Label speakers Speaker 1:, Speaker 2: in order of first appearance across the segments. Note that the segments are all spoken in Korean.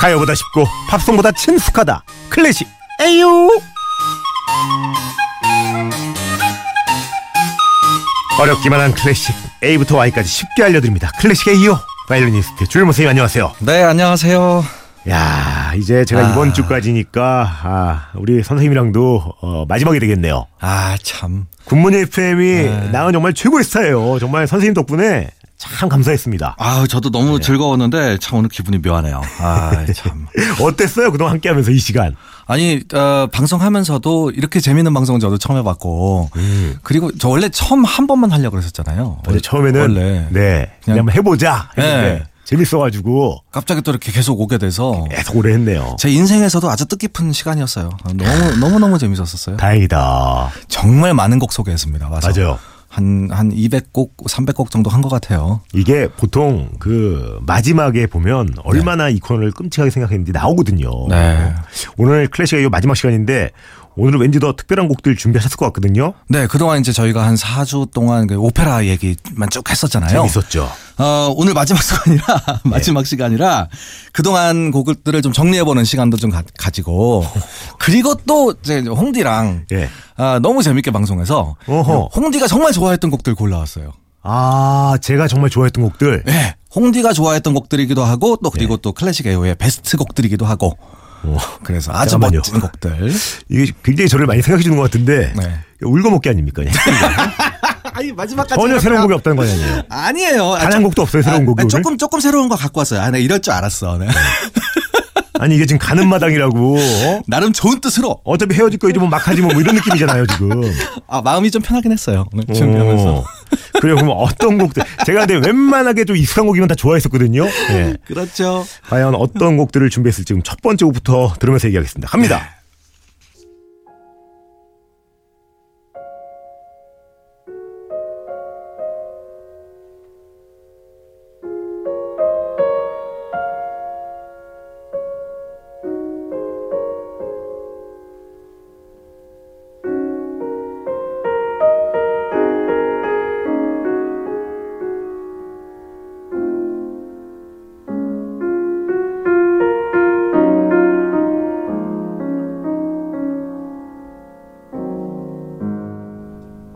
Speaker 1: 가요보다 쉽고 팝송보다 친숙하다 클래식 에유 어렵기만 한 클래식 A부터 Y까지 쉽게 알려드립니다 클래식 에이요 바이올리니스트 조윤모 선생님 안녕하세요
Speaker 2: 네, 안녕하세요.
Speaker 1: 야 이제 제가
Speaker 2: 아.
Speaker 1: 이번 주까지니까 아, 우리 선생님이랑도 어, 마지막이 되겠네요
Speaker 2: 아, 참.
Speaker 1: 군문 FM이 나은 정말 최고의 스타예요 정말 선생님 덕분에 참 감사했습니다
Speaker 2: 아, 저도 너무
Speaker 1: 예.
Speaker 2: 즐거웠는데 참 오늘 기분이 묘하네요. 아, 참.
Speaker 1: 어땠어요 그동안 함께하면서 이 시간
Speaker 2: 아니, 어, 방송하면서도 이렇게 재밌는 방송은 저도 처음 해봤고, 그리고 저 원래 처음 한 번만 하려고 그랬었잖아요.
Speaker 1: 원래 예. 처음에는
Speaker 2: 원래.
Speaker 1: 네 그냥
Speaker 2: 그냥-
Speaker 1: 한번 해보자 했는데
Speaker 2: 네.
Speaker 1: 재밌어가지고
Speaker 2: 갑자기 또 이렇게 계속 오게 돼서
Speaker 1: 계속 오래 했네요
Speaker 2: 제 인생에서도 아주 뜻깊은 시간이었어요. 아, 너무 너무 너무 재밌었었어요.
Speaker 1: 다행이다
Speaker 2: 정말 많은 곡 소개했습니다. 와서.
Speaker 1: 맞아요.
Speaker 2: 한한 200곡, 300곡 정도 한 것 같아요.
Speaker 1: 이게 보통 그 마지막에 보면 얼마나 이 코너를 끔찍하게 생각했는지 나오거든요.
Speaker 2: 네.
Speaker 1: 오늘 클래식의 이 마지막 시간인데 오늘 은 왠지 더 특별한 곡들 준비하셨을 것 같거든요.
Speaker 2: 네, 그동안 이제 저희가 한 4주 동안 그 오페라 얘기만 쭉 했었잖아요.
Speaker 1: 재밌었죠.
Speaker 2: 어, 오늘 마지막 시간이라 마지막 시간이라 그동안 곡들을 좀 정리해 보는 시간도 좀 가, 지고 그리고 또 이제 홍디랑
Speaker 1: 예.
Speaker 2: 아, 너무 재밌게 방송해서
Speaker 1: 어허.
Speaker 2: 홍디가 정말 좋아했던 곡들 골라왔어요.
Speaker 1: 아 제가 정말 좋아했던 곡들.
Speaker 2: 네. 홍디가 좋아했던 곡들이기도 하고 또
Speaker 1: 예.
Speaker 2: 그리고 또 클래식 에오의 베스트 곡들이기도 하고
Speaker 1: 어,
Speaker 2: 그래서 아주
Speaker 1: 잠깐만요.
Speaker 2: 멋진 곡들.
Speaker 1: 이게 굉장히 저를 많이 생각해 주는 것 같은데
Speaker 2: 네.
Speaker 1: 울고 먹기 아닙니까?
Speaker 2: 아니 마지막까지
Speaker 1: 전혀 새로운 곡이 없다는 거 아니에요.
Speaker 2: 아니에요.
Speaker 1: 단 한 어? 곡도 없어요 새로운 곡이
Speaker 2: 아,
Speaker 1: 오늘.
Speaker 2: 조금 조금 새로운 거 갖고 왔어요. 아, 나 이럴 줄 알았어. 네.
Speaker 1: 아니 이게 지금 가는 마당이라고. 어?
Speaker 2: 나름 좋은 뜻으로
Speaker 1: 어차피 헤어질 거 이제 뭐 막하지 뭐 이런 느낌이잖아요 지금.
Speaker 2: 아, 마음이 좀 편하긴 했어요. 오늘 준비하면서.
Speaker 1: 어. 그래요. 그럼 어떤 곡들 제가 근데 웬만하게 좀 익숙한 곡이면 다 좋아했었거든요. 예.
Speaker 2: 그렇죠.
Speaker 1: 과연 어떤 곡들을 준비했을지 지금 첫 번째 곡부터 들으면서 얘기하겠습니다. 갑니다.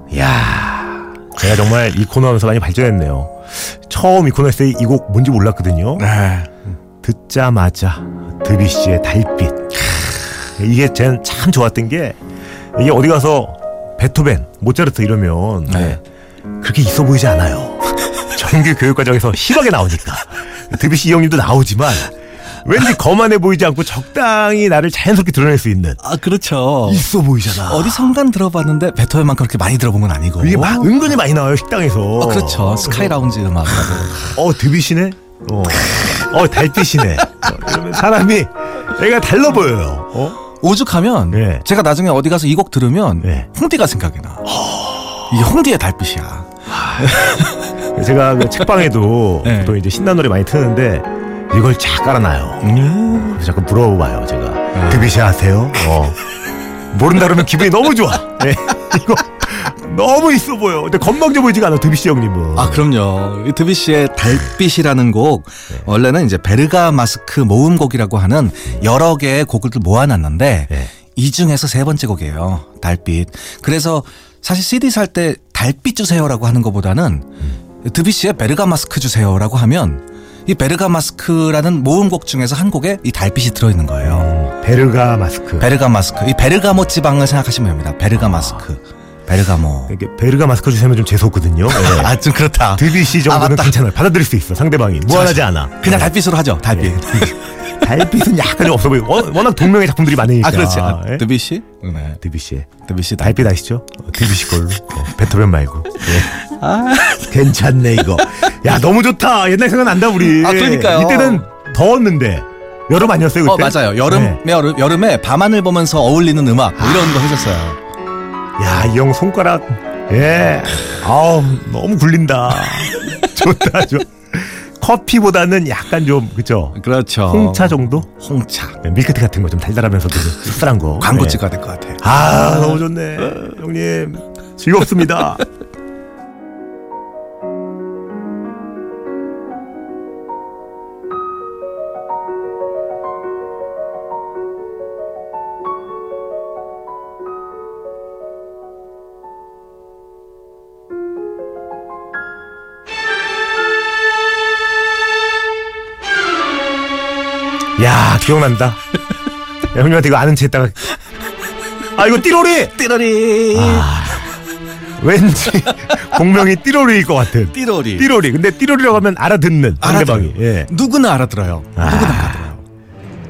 Speaker 2: 네.
Speaker 1: 이야. 제가 정말 이 코너 하면서 많이 발전했네요. 처음 이 코너에서 이 곡 뭔지 몰랐거든요.
Speaker 2: 네.
Speaker 1: 듣자마자 드뷔시의 달빛. 이게 쟤는 참 좋았던 게 이게 어디 가서 베토벤, 모차르트 이러면
Speaker 2: 네.
Speaker 1: 그렇게 있어 보이지 않아요. 정규 교육 과정에서 심하게 나오니까 드뷔시 이 형님도 나오지만 왠지 거만해 보이지 않고 적당히 나를 자연스럽게 드러낼 수 있는
Speaker 2: 아, 그렇죠.
Speaker 1: 있어 보이잖아.
Speaker 2: 어디 성간 들어봤는데 베토벤만 그렇게 많이 들어본 건 아니고.
Speaker 1: 이게 막 은근히 많이 나와요 식당에서.
Speaker 2: 어, 그렇죠. 스카이 라운지 음악이라고.
Speaker 1: 어 드비시네. 어, 어 달빛이네. 어, 이러면 사람이 애가 달라 보여요. 어?
Speaker 2: 오죽하면
Speaker 1: 예.
Speaker 2: 제가 나중에 어디 가서 이 곡 들으면
Speaker 1: 예.
Speaker 2: 홍디가 생각이 나. 이 홍디의 달빛이야.
Speaker 1: 제가 그 책방에도
Speaker 2: 네.
Speaker 1: 보통 이제 신난 노래 많이 트는데 이걸 잘
Speaker 2: 음.
Speaker 1: 깔아놔요. 그래서 자꾸 물어봐요
Speaker 2: 네.
Speaker 1: 제가 드비시 아세요? 어. 모른다 그러면 기분이 너무 좋아. 네. 이거 너무 있어 보여. 근데 건방져 보이지가 않아 드비시 형님은. 뭐.
Speaker 2: 아, 그럼요. 이 드뷔시의 달빛이라는 곡, 원래는 이제 베르가 마스크 모음곡이라고 하는 여러 개의 곡을 모아놨는데,
Speaker 1: 네.
Speaker 2: 이 중에서 세 번째 곡이에요. 달빛. 그래서 사실 CD 살 때 달빛 주세요라고 하는 것보다는 드뷔시의 베르가 마스크 주세요라고 하면 이 베르가 마스크라는 모음곡 중에서 한 곡에 이 달빛이 들어있는 거예요.
Speaker 1: 음, 베르가 마스크.
Speaker 2: 베르가 마스크. 이 베르가모 지방을 생각하시면 됩니다. 베르가 마스크. 베르가모.
Speaker 1: 이렇게 베르가 마스크 주시면 좀 재수 없거든요. 네.
Speaker 2: 아, 좀 그렇다.
Speaker 1: 예. 드뷔시
Speaker 2: 아,
Speaker 1: 정도는
Speaker 2: 맞다.
Speaker 1: 괜찮아요. 받아들일 수 있어. 상대방이 무한하지 않아. 예. 네.
Speaker 2: 그냥 달빛으로 하죠. 달빛.
Speaker 1: 달빛은 약간 좀 없어 보이고 워- 워낙 동명의 작품들이 많으니까.
Speaker 2: 아 그렇지 아,
Speaker 1: 예?
Speaker 2: 드뷔시 네
Speaker 1: 드뷔시의
Speaker 2: 드뷔시 다
Speaker 1: 달빛 아시죠? 어, 드뷔시 걸로 어, 베토벤 말고. 예.
Speaker 2: 아.
Speaker 1: 괜찮네 이거. 야 너무 좋다. 옛날 생각 난다 우리.
Speaker 2: 아, 그러니까요.
Speaker 1: 이때는 더웠는데 여름 아니었어요
Speaker 2: 어
Speaker 1: 그때?
Speaker 2: 맞아요 여름
Speaker 1: 네.
Speaker 2: 여름 여름에 밤하늘 보면서 어울리는 음악 뭐 이런 거 했었어요
Speaker 1: 야이 형 손가락. 예. 아우 너무 굴린다. 좋다 좋아. 커피보다는 약간 좀 그죠?
Speaker 2: 그렇죠
Speaker 1: 홍차 정도?
Speaker 2: 홍차
Speaker 1: 네, 밀크티 같은 거 좀 달달하면서도 좀 씁쓸한 거.
Speaker 2: 광고
Speaker 1: 네.
Speaker 2: 찍어야 될 것 같아요
Speaker 1: 아 너무 좋네 형님 즐겁습니다 야 기억난다. 야, 형님한테 이거 아는 채 했다가 아 이거 띠로리.
Speaker 2: 띠로리.
Speaker 1: 아 왠지 공명이 띠로리일 것 같은.
Speaker 2: 띠로리.
Speaker 1: 띠로리. 근데 띠로리라고 하면 알아듣는
Speaker 2: 알아들어요.
Speaker 1: 상대방이. 예.
Speaker 2: 누구나 알아들어요. 누구나 알아들어요.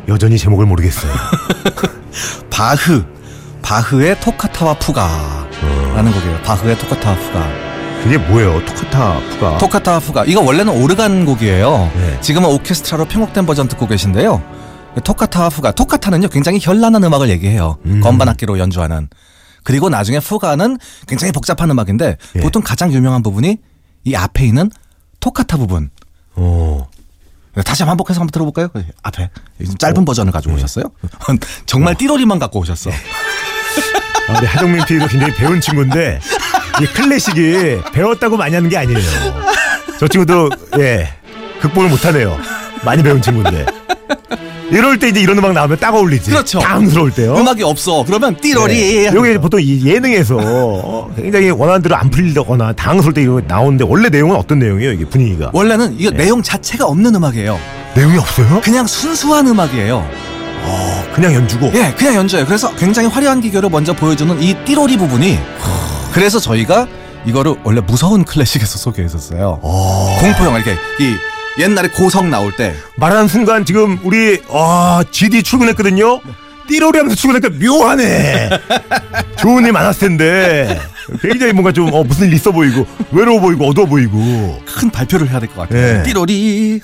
Speaker 1: 여전히 제목을 모르겠어요.
Speaker 2: 바흐. 바흐의 토카타와 푸가라는 곡이에요. 바흐의 토카타와 푸가.
Speaker 1: 그게 뭐예요? 토카타 푸가.
Speaker 2: 토카타와 푸가. 이거 원래는 오르간 곡이에요.
Speaker 1: 네.
Speaker 2: 지금은 오케스트라로 편곡된 버전 듣고 계신데요. 토카타와 푸가. 토카타는요, 굉장히 현란한 음악을 얘기해요. 건반 악기로 연주하는. 그리고 나중에 푸가는 굉장히 복잡한 음악인데
Speaker 1: 예.
Speaker 2: 보통 가장 유명한 부분이 이 앞에 있는 토카타 부분. 네,
Speaker 1: 어.
Speaker 2: 다시 한번 반복해서 한번 들어볼까요? 앞에 아, 좀 짧은 버전을 가지고 오셨어요? 예. 정말 띠로리만 갖고 오셨어.
Speaker 1: 아, 근데 하정민 PD도 굉장히 배운 친구인데 이 클래식이 배웠다고 많이 하는 게 아니에요. 저 친구도 예 극복을 못하네요. 많이 배운 친구인데 이럴 때 이제 이런 음악 나오면 딱 어울리지.
Speaker 2: 그렇죠.
Speaker 1: 당스러울 때요.
Speaker 2: 음악이 없어. 예. 그러면 띠로리.
Speaker 1: 여기 이제 네. 보통 이 예능에서 어, 굉장히 원하는 대로 안 풀리거나 당황스러울 때 이거 나오는데 원래 내용은 어떤 내용이에요? 이게 분위기가
Speaker 2: 원래는 이거 내용 자체가 없는 음악이에요.
Speaker 1: 내용이 없어요?
Speaker 2: 그냥 순수한 음악이에요.
Speaker 1: 어, 그냥 연주고
Speaker 2: 예, 그냥 연주예요. 그래서 굉장히 화려한 기교를 먼저 보여주는 이 띠로리 부분이 그래서 저희가 이거를 원래 무서운 클래식에서 소개했었어요. 공포 영화 이렇게 이 옛날에 고성 나올 때
Speaker 1: 말하는 순간 지금 우리 아 GD 출근했거든요.
Speaker 2: 네.
Speaker 1: 띠로리 하면서 출근하니까 묘하네. 좋은 일 많았을 텐데 굉장히 뭔가 좀 어, 무슨 일 있어 보이고 외로워 보이고 어두워 보이고
Speaker 2: 큰 발표를 해야 될 것 같아요.
Speaker 1: 예.
Speaker 2: 띠로리.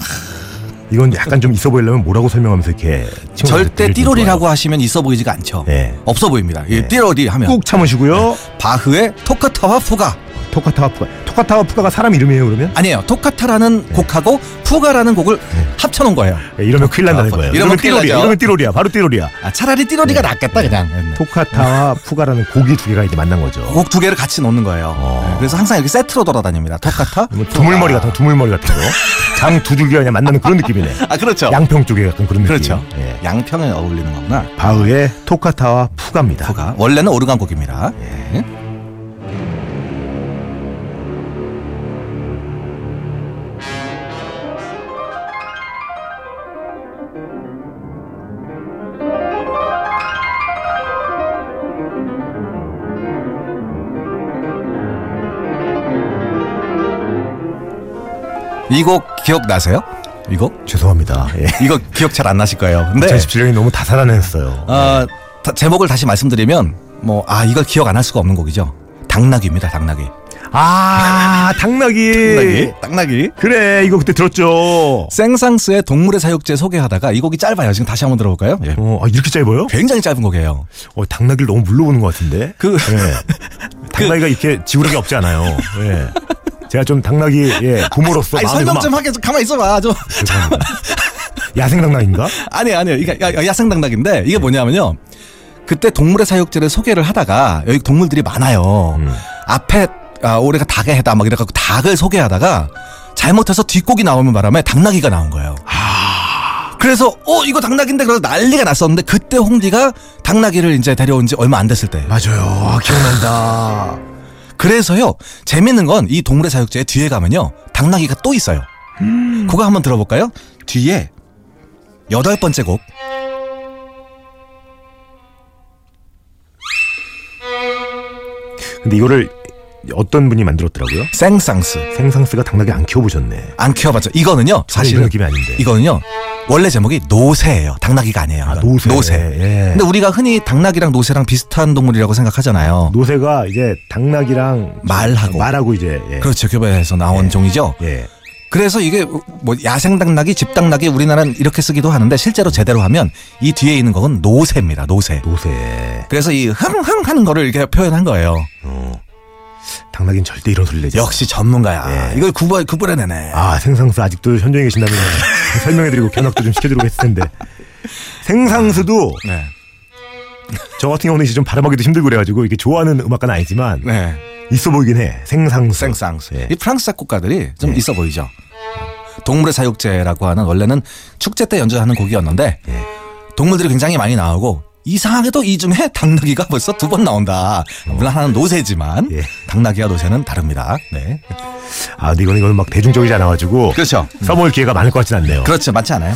Speaker 1: 이건 약간 좀 있어 보이려면 뭐라고 설명하면서 이렇게 친구한테
Speaker 2: 절대
Speaker 1: 들려주는
Speaker 2: 띠로리라고 하시면 있어 보이지가 않죠.
Speaker 1: 예.
Speaker 2: 없어 보입니다. 이 띠로리 하면
Speaker 1: 거예요. 꾹 참으시고요.
Speaker 2: 바흐의 토카타와 푸가
Speaker 1: 토카타와 푸가 토카타와 푸가가 사람 이름이에요 그러면?
Speaker 2: 아니에요. 토카타라는 곡하고 푸가라는 곡을 합쳐놓은 예. 거예요.
Speaker 1: 이러면 큰일 난다는
Speaker 2: 아,
Speaker 1: 거예요.
Speaker 2: 이러면 큰일
Speaker 1: 띠로리야.
Speaker 2: 나죠.
Speaker 1: 이러면 띠로리야. 바로 띠로리야.
Speaker 2: 아, 차라리 띠로리가 낫겠다 그냥.
Speaker 1: 토카타와 푸가라는 고기 두 개가 이제 만난 거죠.
Speaker 2: 곡 두 개를 같이 넣는 거예요.
Speaker 1: 어.
Speaker 2: 네, 그래서 항상 이렇게 세트로 돌아다닙니다. 토카타.
Speaker 1: 뭐 두물머리 같은 거, 두물머리 같은 거. 장 두 줄기가 그냥 만나는 그런 느낌이네.
Speaker 2: 아 그렇죠.
Speaker 1: 양평 쪽에 약간 그런 느낌.
Speaker 2: 그렇죠.
Speaker 1: 예.
Speaker 2: 양평에 어울리는 거구나.
Speaker 1: 바흐의 토카타와 푸가입니다.
Speaker 2: 푸가 원래는 오르간 곡입니다. 예. 이 곡 기억나세요? 이 곡? 네.
Speaker 1: 죄송합니다. 예.
Speaker 2: 이거 기억 잘 안 나실 거예요. 근데
Speaker 1: 2017년이 너무 다사다난했어요.
Speaker 2: 어, 다- 제목을 다시 말씀드리면 뭐 아 이걸 기억 안 할 수가 없는 곡이죠. 당나귀입니다. 당나귀. 예,
Speaker 1: 아, 당나귀.
Speaker 2: 당나귀.
Speaker 1: 그래, 이거 그때 들었죠.
Speaker 2: 생상스의 동물의 사육제 소개하다가 이 곡이 짧아요. 지금 다시 한번 들어볼까요? 예.
Speaker 1: 어, 아, 이렇게 짧아요?
Speaker 2: 굉장히 짧은 곡이에요.
Speaker 1: 어, 당나귀를 너무 물러보는 것 같은데.
Speaker 2: 그
Speaker 1: 예. 당나귀가 이렇게 지구력이 없지 않아요. 예. 제가 좀 당나귀 예, 부모로서
Speaker 2: 아니,
Speaker 1: 마음이
Speaker 2: 설명
Speaker 1: 막
Speaker 2: 좀 하게 좀 가만 있어봐. 좀
Speaker 1: 죄송합니다. 야생 당나귀인가?
Speaker 2: 아니 아니요. 이게 야- 야- 야생 당나귀인데 이게 뭐냐면요. 그때 동물의 사육제를 소개를 하다가 여기 동물들이 많아요. 앞에 아, 올해가 닭의 해다 막 이래갖고 닭을 소개하다가 잘못해서 뒷곡이 나오는 바람에 당나귀가 나온 거예요. 그래서 어 이거 당나귀인데 그래서 난리가 났었는데 그때 홍디가 당나귀를 이제 데려온 지 얼마 안 됐을 때
Speaker 1: 맞아요. 아, 기억난다.
Speaker 2: 그래서요 재밌는 건 이 동물의 사육제 뒤에 가면요 당나귀가 또 있어요 그거 한번 들어볼까요 뒤에 여덟 번째 곡
Speaker 1: 근데 이거를 어떤 분이 만들었더라고요?
Speaker 2: 생상스
Speaker 1: 생상스가 당나귀 안 키워보셨네.
Speaker 2: 안 키워봤죠. 이거는요,
Speaker 1: 이런
Speaker 2: 사실은
Speaker 1: 느낌이 아닌데.
Speaker 2: 이거는요 원래 제목이 노새예요. 당나귀가 아니에요. 이건.
Speaker 1: 노새. 예.
Speaker 2: 근데 우리가 흔히 당나귀랑 노새랑 비슷한 동물이라고 생각하잖아요.
Speaker 1: 노새가 이제 당나귀랑
Speaker 2: 말하고.
Speaker 1: 말하고 이제 예.
Speaker 2: 그렇죠. 교배에서 나온 종이죠.
Speaker 1: 예.
Speaker 2: 그래서 이게 뭐 야생 당나귀, 집 당나귀 우리나라는 이렇게 쓰기도 하는데 실제로 제대로 하면 이 뒤에 있는 건 노새입니다. 노새.
Speaker 1: 노새
Speaker 2: 그래서 이 흥흥 하는 거를 이렇게 표현한 거예요.
Speaker 1: 당나귀는 절대 이런 소리를 내지
Speaker 2: 역시 전문가야.
Speaker 1: 예.
Speaker 2: 이걸 구분 구분해내네.
Speaker 1: 않아요. 아 생상스 아직도 현장에 계신다면 설명해드리고 견학도 좀 시켜드리고 했을 텐데 생상스도
Speaker 2: 네.
Speaker 1: 저 같은 경우는 이제 좀 발음하기도 힘들고 그래가지고 이게 좋아하는 음악가는 아니지만
Speaker 2: 네.
Speaker 1: 있어 보이긴 해 생상스
Speaker 2: 생상스.
Speaker 1: 예.
Speaker 2: 이 프랑스 작곡가들이 좀 있어 보이죠. 동물의 사육제라고 하는 원래는 축제 때 연주하는 곡이었는데
Speaker 1: 예.
Speaker 2: 동물들이 굉장히 많이 나오고 이상하게도 이 중에 당나귀가 벌써 두 번 나온다. 물론 하나는 노새지만
Speaker 1: 음. 예.
Speaker 2: 당나귀와 노새는 다릅니다. 네.
Speaker 1: 아 근데 이거는 이거는 막 대중적이지 않아가지고
Speaker 2: 그렇죠. 그
Speaker 1: 써먹을 기회가 많을 것 같진 않네요
Speaker 2: 그렇죠. 맞지 않아요?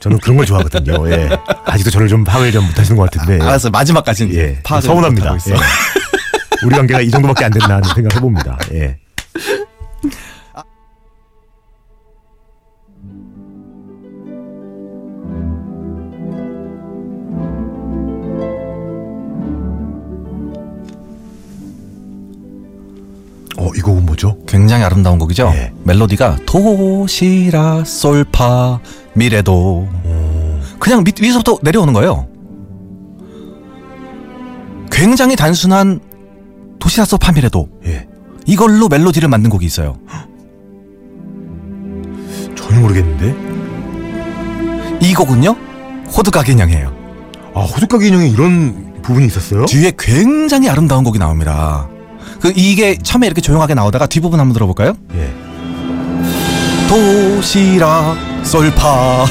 Speaker 1: 저는 그런 걸 좋아하거든요. 예. 아직도 저를 좀 파악을 좀 못하시는 것 같은데. 예.
Speaker 2: 알았어 마지막까지는
Speaker 1: 예.
Speaker 2: 파악을
Speaker 1: 서운합니다.
Speaker 2: 못하고 있어.
Speaker 1: 예. 우리 관계가 이 정도밖에 안 됐나 하는 생각을 해봅니다. 예. 어, 이 곡은 뭐죠?
Speaker 2: 굉장히 아름다운 곡이죠.
Speaker 1: 예.
Speaker 2: 멜로디가 도시라 솔파 미래도 그냥 밑 위에서부터 내려오는 거예요. 굉장히 단순한 도시라 솔파 미래도
Speaker 1: 예.
Speaker 2: 이걸로 멜로디를 만든 곡이 있어요.
Speaker 1: 전혀 모르겠는데.
Speaker 2: 이 곡은요 호드가 개념이에요.
Speaker 1: 아, 호두까기 인형에 이런 부분이 있었어요?
Speaker 2: 뒤에 굉장히 아름다운 곡이 나옵니다. 그 이게 처음에 이렇게 조용하게 나오다가 뒷부분 한번 들어볼까요?
Speaker 1: 예.
Speaker 2: 도시락 솔파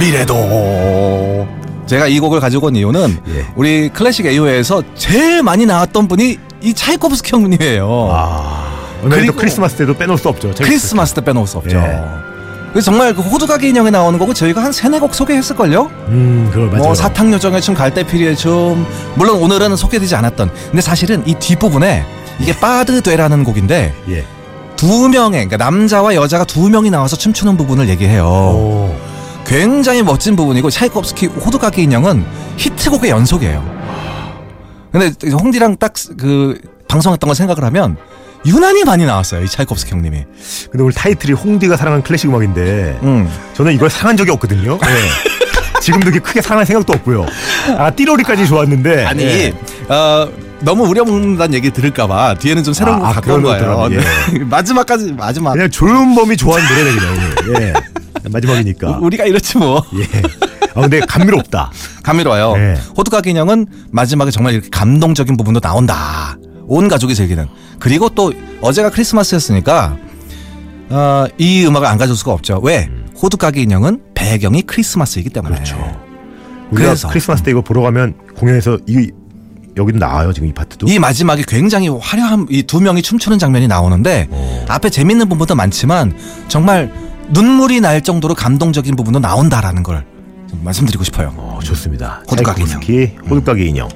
Speaker 2: 미래도 제가 이 곡을 가지고 온 이유는
Speaker 1: 예.
Speaker 2: 우리 클래식 AO에서 제일 많이 나왔던 분이 이 차이코프스키 형님이에요.
Speaker 1: 아. 오늘 또
Speaker 2: 어. 그리고-
Speaker 1: 크리스마스 때도 빼놓을 수 없죠.
Speaker 2: 크리스마스 때 빼놓을 수 없죠.
Speaker 1: 예.
Speaker 2: 그래서 정말 그 호두가게 인형에 나오는 거고 저희가 한 세네 곡 소개했을걸요?
Speaker 1: 음, 그걸 맞아요.
Speaker 2: 뭐 사탕 요정의 춤, 갈대피리의 춤 물론 오늘은 소개되지 않았던 근데 사실은 이 뒷부분에 이게 빠드되라는 곡인데
Speaker 1: 예.
Speaker 2: 두 명의 그러니까 남자와 여자가 두 명이 나와서 춤추는 부분을 얘기해요.
Speaker 1: 오.
Speaker 2: 굉장히 멋진 부분이고 차이콥스키 호두가기 인형은 히트곡의 연속이에요. 근데 홍디랑 딱 그 방송했던 걸 생각을 하면 유난히 많이 나왔어요. 이 차이콥스키 형님이.
Speaker 1: 근데 오늘 타이틀이 홍디가 사랑하는 클래식 음악인데
Speaker 2: 음.
Speaker 1: 저는 이걸 상한 적이 없거든요. 예. 지금도 이렇게 크게 상할 생각도 없고요. 아, 띠로리까지 좋았는데.
Speaker 2: 아니
Speaker 1: 예.
Speaker 2: 어, 너무 우려먹는다는 얘기 들을까봐 뒤에는 좀 새로운
Speaker 1: 아, 예.
Speaker 2: 거
Speaker 1: 아,
Speaker 2: 갖고 온
Speaker 1: 그런
Speaker 2: 거예요.
Speaker 1: 것들은,
Speaker 2: 네. 마지막까지 마지막.
Speaker 1: 그냥 조윤범이 좋아하는 노래네 그냥 오늘. 예. 마지막이니까.
Speaker 2: 우리가 이렇지 뭐.
Speaker 1: 예. 아 근데 감미롭다.
Speaker 2: 감미로워요.
Speaker 1: 네.
Speaker 2: 호두가기 인형은 마지막에 정말 이렇게 감동적인 부분도 나온다. 온 가족이 즐기는. 그리고 또 어제가 크리스마스였으니까 어, 이 음악을 안 가질 수가 없죠. 왜? 호두가기 인형은 배경이 크리스마스이기 때문에.
Speaker 1: 우리가
Speaker 2: 그래서.
Speaker 1: 크리스마스 때 이거 보러 가면 공연에서 이 여기도 나와요 지금 이 파트도.
Speaker 2: 이 마지막에 굉장히 화려한 이 두 명이 춤추는 장면이 나오는데
Speaker 1: 어.
Speaker 2: 앞에 재밌는 부분도 많지만 정말 눈물이 날 정도로 감동적인 부분도 나온다라는 걸좀 말씀드리고 싶어요.
Speaker 1: 어, 좋습니다.
Speaker 2: 호두까기 인형. 음.
Speaker 1: 차이코프스키 호두까기 인형.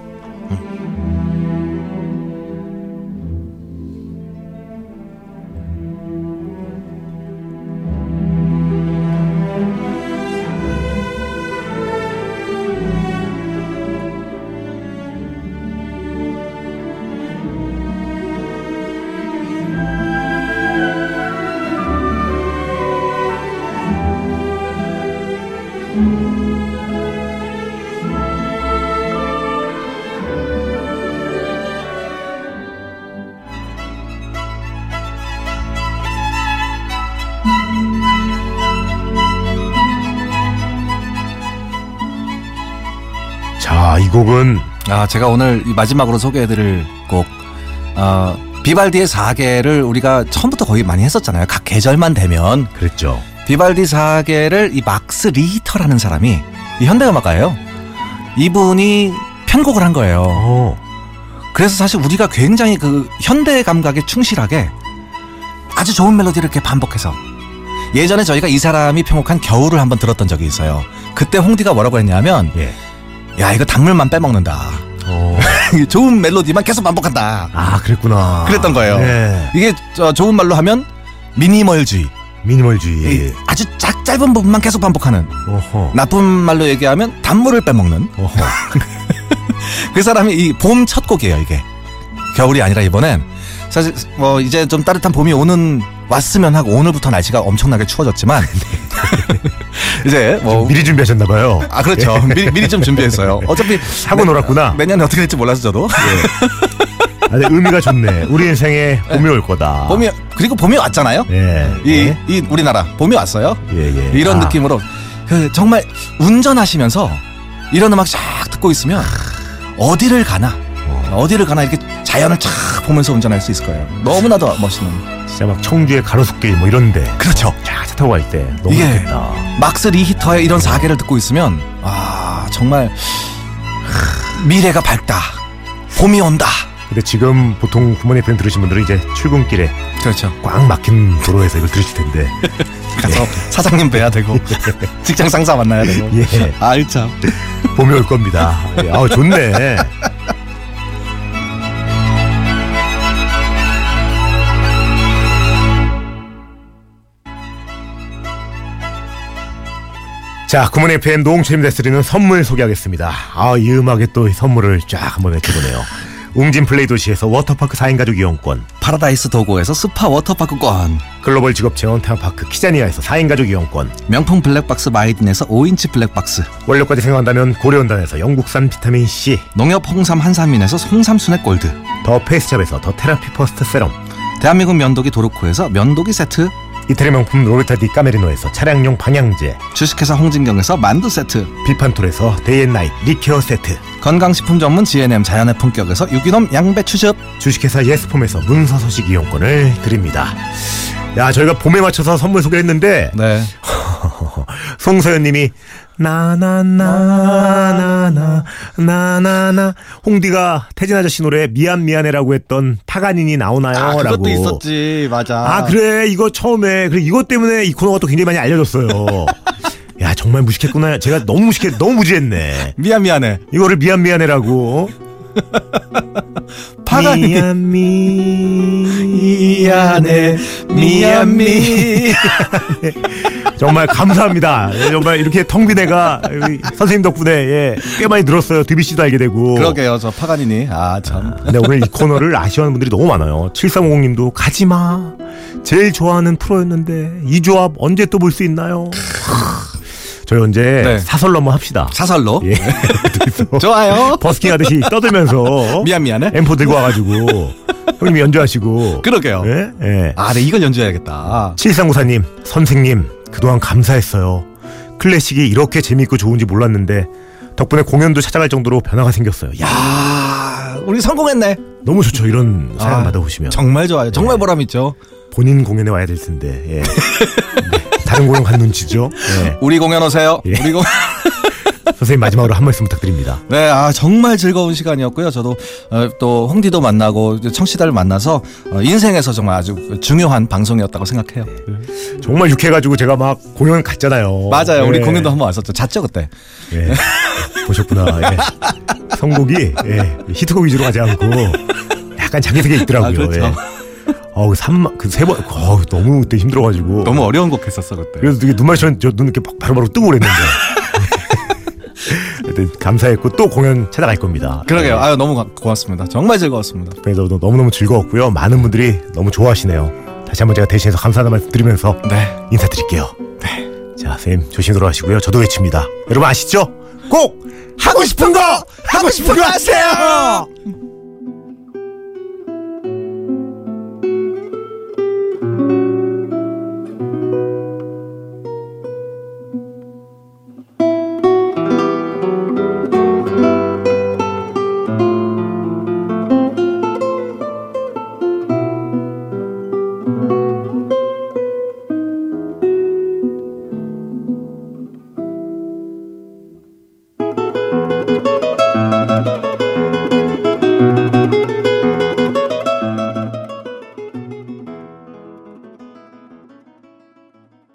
Speaker 1: 자, 이 곡은
Speaker 2: 아, 제가 오늘 이 마지막으로 소개해드릴 곡, 아, 비발디의 사계를 우리가 처음부터 거의 많이 했었잖아요. 각 계절만 되면
Speaker 1: 그랬죠.
Speaker 2: 비발디 사계를 이 막스 리히터라는 사람이 이 현대음악가예요. 이분이 편곡을 한 거예요.
Speaker 1: 어.
Speaker 2: 그래서 사실 우리가 굉장히 그 현대 감각에 충실하게 아주 좋은 멜로디를 이렇게 반복해서 예전에 저희가 이 사람이 편곡한 겨울을 한번 들었던 적이 있어요. 그때 홍디가 뭐라고 했냐면
Speaker 1: 예.
Speaker 2: 야 이거 당물만 빼먹는다.
Speaker 1: 어.
Speaker 2: 좋은 멜로디만 계속 반복한다.
Speaker 1: 아, 그랬구나.
Speaker 2: 그랬던 거예요.
Speaker 1: 예.
Speaker 2: 이게 저 좋은 말로 하면 미니멀주의.
Speaker 1: 미니멀주의.
Speaker 2: 이 아주 짝 짧은 부분만 계속 반복하는.
Speaker 1: 어허.
Speaker 2: 나쁜 말로 얘기하면 단물을 빼먹는.
Speaker 1: 어허.
Speaker 2: 그 사람이 이 봄 첫 곡이에요, 이게. 겨울이 아니라 이번엔 사실 뭐 이제 좀 따뜻한 봄이 오는 왔으면 하고 오늘부터 날씨가 엄청나게 추워졌지만 이제
Speaker 1: 좀
Speaker 2: 뭐
Speaker 1: 미리 네. 준비하셨나 네. 봐요.
Speaker 2: 아 그렇죠 미리, 미리 좀 준비했어요 어차피
Speaker 1: 하고
Speaker 2: 네.
Speaker 1: 놀았구나.
Speaker 2: 내년에 어떻게 될지 몰라서 저도
Speaker 1: 네. 아, 근데 의미가 좋네. 우리 인생에 봄이 올 거다.
Speaker 2: 봄이 그리고 봄이 왔잖아요
Speaker 1: 예.
Speaker 2: 이,
Speaker 1: 예.
Speaker 2: 이 우리나라 봄이 왔어요
Speaker 1: 예, 예.
Speaker 2: 이런
Speaker 1: 아,
Speaker 2: 느낌으로 그 정말 운전하시면서 이런 음악 쫙 듣고 있으면 어디를 가나
Speaker 1: 어,
Speaker 2: 어디를 가나 이렇게 자연을 쫙 보면서 운전할 수 있을 거예요. 너무나도 멋있는.
Speaker 1: 진짜 막 청주의 가로수길 뭐 이런데.
Speaker 2: 그렇죠.
Speaker 1: 자, 차 타고 갈 때 너무
Speaker 2: 이게-
Speaker 1: 좋겠다.
Speaker 2: 막스 리히터의 이런 사계를 듣고 있으면 아 정말 하, 미래가 밝다. 봄이 온다.
Speaker 1: 근데 지금 보통 부모님 편 들으신 분들은 이제 출근길에
Speaker 2: 그렇죠.
Speaker 1: 꽉 막힌 도로에서 이걸 들으실 텐데
Speaker 2: 가서 사장님 뵈야 되고 예. 직장 상사 만나야 되고.
Speaker 1: 예.
Speaker 2: 아유 참.
Speaker 1: 봄이 올 겁니다. 예, 아우 좋네. 자, 구몬 FM 노홍철입니다. 드리는 선물 소개하겠습니다. 아, 이 음악에 또이 선물을 쫙 한번 외쳐보네요. 웅진 플레이 도시에서 워터파크 4인 가족 이용권,
Speaker 2: 파라다이스 도고에서 스파 워터파크권.
Speaker 1: 글로벌 직업 체험 태양파크 키자니아에서 4인 가족 이용권,
Speaker 2: 명품 블랙박스 마이딘에서 5인치 블랙박스.
Speaker 1: 원료까지 생각한다면 고려온단에서 영국산 비타민 C,
Speaker 2: 농협 홍삼 한삼인에서 홍삼 순액 골드.
Speaker 1: 더 페이스샵에서 더 테라피 퍼스트 세럼,
Speaker 2: 대한민국 면도기 도르코에서 면도기 세트.
Speaker 1: 이태리 명품 로베타 디 까메리노에서 차량용 방향제
Speaker 2: 주식회사 홍진경에서 만두 세트.
Speaker 1: 비판톨에서 데이앤나잇 리케어 세트
Speaker 2: 건강식품 전문 GNM 자연의 품격에서 유기농 양배추즙.
Speaker 1: 주식회사 예스폼에서 문서 서식 이용권을 드립니다 야 저희가 봄에 맞춰서 선물 소개했는데
Speaker 2: 네.
Speaker 1: 송서연님이 나나나나나 나나나 홍디가 태진 아저씨 노래 미안 미안해라고 했던 타간인이 나오나요? 라고
Speaker 2: 아, 맞아.
Speaker 1: 아 그래 이거 처음에 그래 이것 때문에 이 코너가 또 굉장히 많이 알려졌어요 야 정말 무식했구나 제가 너무 무식해 너무 무지했네
Speaker 2: 미안 미안해.
Speaker 1: 이거를 미안 미안해라고
Speaker 2: 파가니.
Speaker 1: 미안 미안해
Speaker 2: 미안해. 미안 미.
Speaker 1: 정말 감사합니다 예, 정말 이렇게 텅빈 애가 우리 선생님 덕분에 예, 꽤 많이 늘었어요 드비 씨도 알게 되고
Speaker 2: 그러게요, 저 파가니니. 아 참.
Speaker 1: 근데 오늘 이 코너를 아쉬워하는 분들이 너무 많아요 7350님도 가지마 제일 좋아하는 프로였는데 이 조합 언제 또 볼 수 있나요 저희 언제
Speaker 2: 네.
Speaker 1: 사설로 한번 합시다
Speaker 2: 사설로.
Speaker 1: 예.
Speaker 2: 좋아요.
Speaker 1: 버스킹 하듯이 떠들면서
Speaker 2: 미안 미안해.
Speaker 1: 엠포 들고 와가지고 형님 연주하시고
Speaker 2: 그러게요.
Speaker 1: 예? 예.
Speaker 2: 아, 네 이걸 연주해야겠다.
Speaker 1: 7394님 선생님 그동안 감사했어요 클래식이 이렇게 재밌고 좋은지 몰랐는데 덕분에 공연도 찾아갈 정도로 변화가 생겼어요 야
Speaker 2: 야, 아, 우리 성공했네. 예.
Speaker 1: 너무 좋죠 이런 사연
Speaker 2: 아,
Speaker 1: 받아보시면
Speaker 2: 정말 좋아요. 정말 보람 있죠.
Speaker 1: 본인 공연에 와야 될 텐데 예. 네, 다른 공연 간 눈치죠 예.
Speaker 2: 우리 공연 오세요.
Speaker 1: 예.
Speaker 2: 우리 공.
Speaker 1: 선생님 마지막으로 한 말씀 부탁드립니다
Speaker 2: 네, 아 정말 즐거운 시간이었고요. 저도 어, 또 홍디도 만나고 이제 청취자를 만나서 어, 인생에서 정말 아주 중요한 방송이었다고 생각해요.
Speaker 1: 정말 유쾌해가지고 제가 막 공연 갔잖아요
Speaker 2: 맞아요. 우리
Speaker 1: 예.
Speaker 2: 공연도 한번 왔었죠. 잤죠 그때.
Speaker 1: 예. 보셨구나. 예. 선곡이 예. 히트곡 위주로 가지 않고 약간 자기 세계 있더라고요.
Speaker 2: 아, 그렇죠.
Speaker 1: 예. 어우 삼만 그세 번. 어우 너무 그때 힘들어가지고.
Speaker 2: 너무 어려운 곡 했었어 그때.
Speaker 1: 그래서 되게 눈 마주쳤는데 저눈 이렇게 막 바로바로 뜨고 그랬는데. 하여튼 감사했고 또 공연 찾아갈 겁니다.
Speaker 2: 그러게요.
Speaker 1: 예.
Speaker 2: 아유 너무 고- 고맙습니다. 정말 즐거웠습니다.
Speaker 1: 그래서 너무 너무 즐거웠고요. 많은 분들이 너무 좋아하시네요. 다시 한번 제가 대신해서 감사하다는 말씀 드리면서
Speaker 2: 네.
Speaker 1: 인사드릴게요. 네. 자, 쌤 조심히 돌아가시고요. 저도 외칩니다. 여러분 아시죠? 꼭 하고 싶은 거 하고 싶은 거 하세요.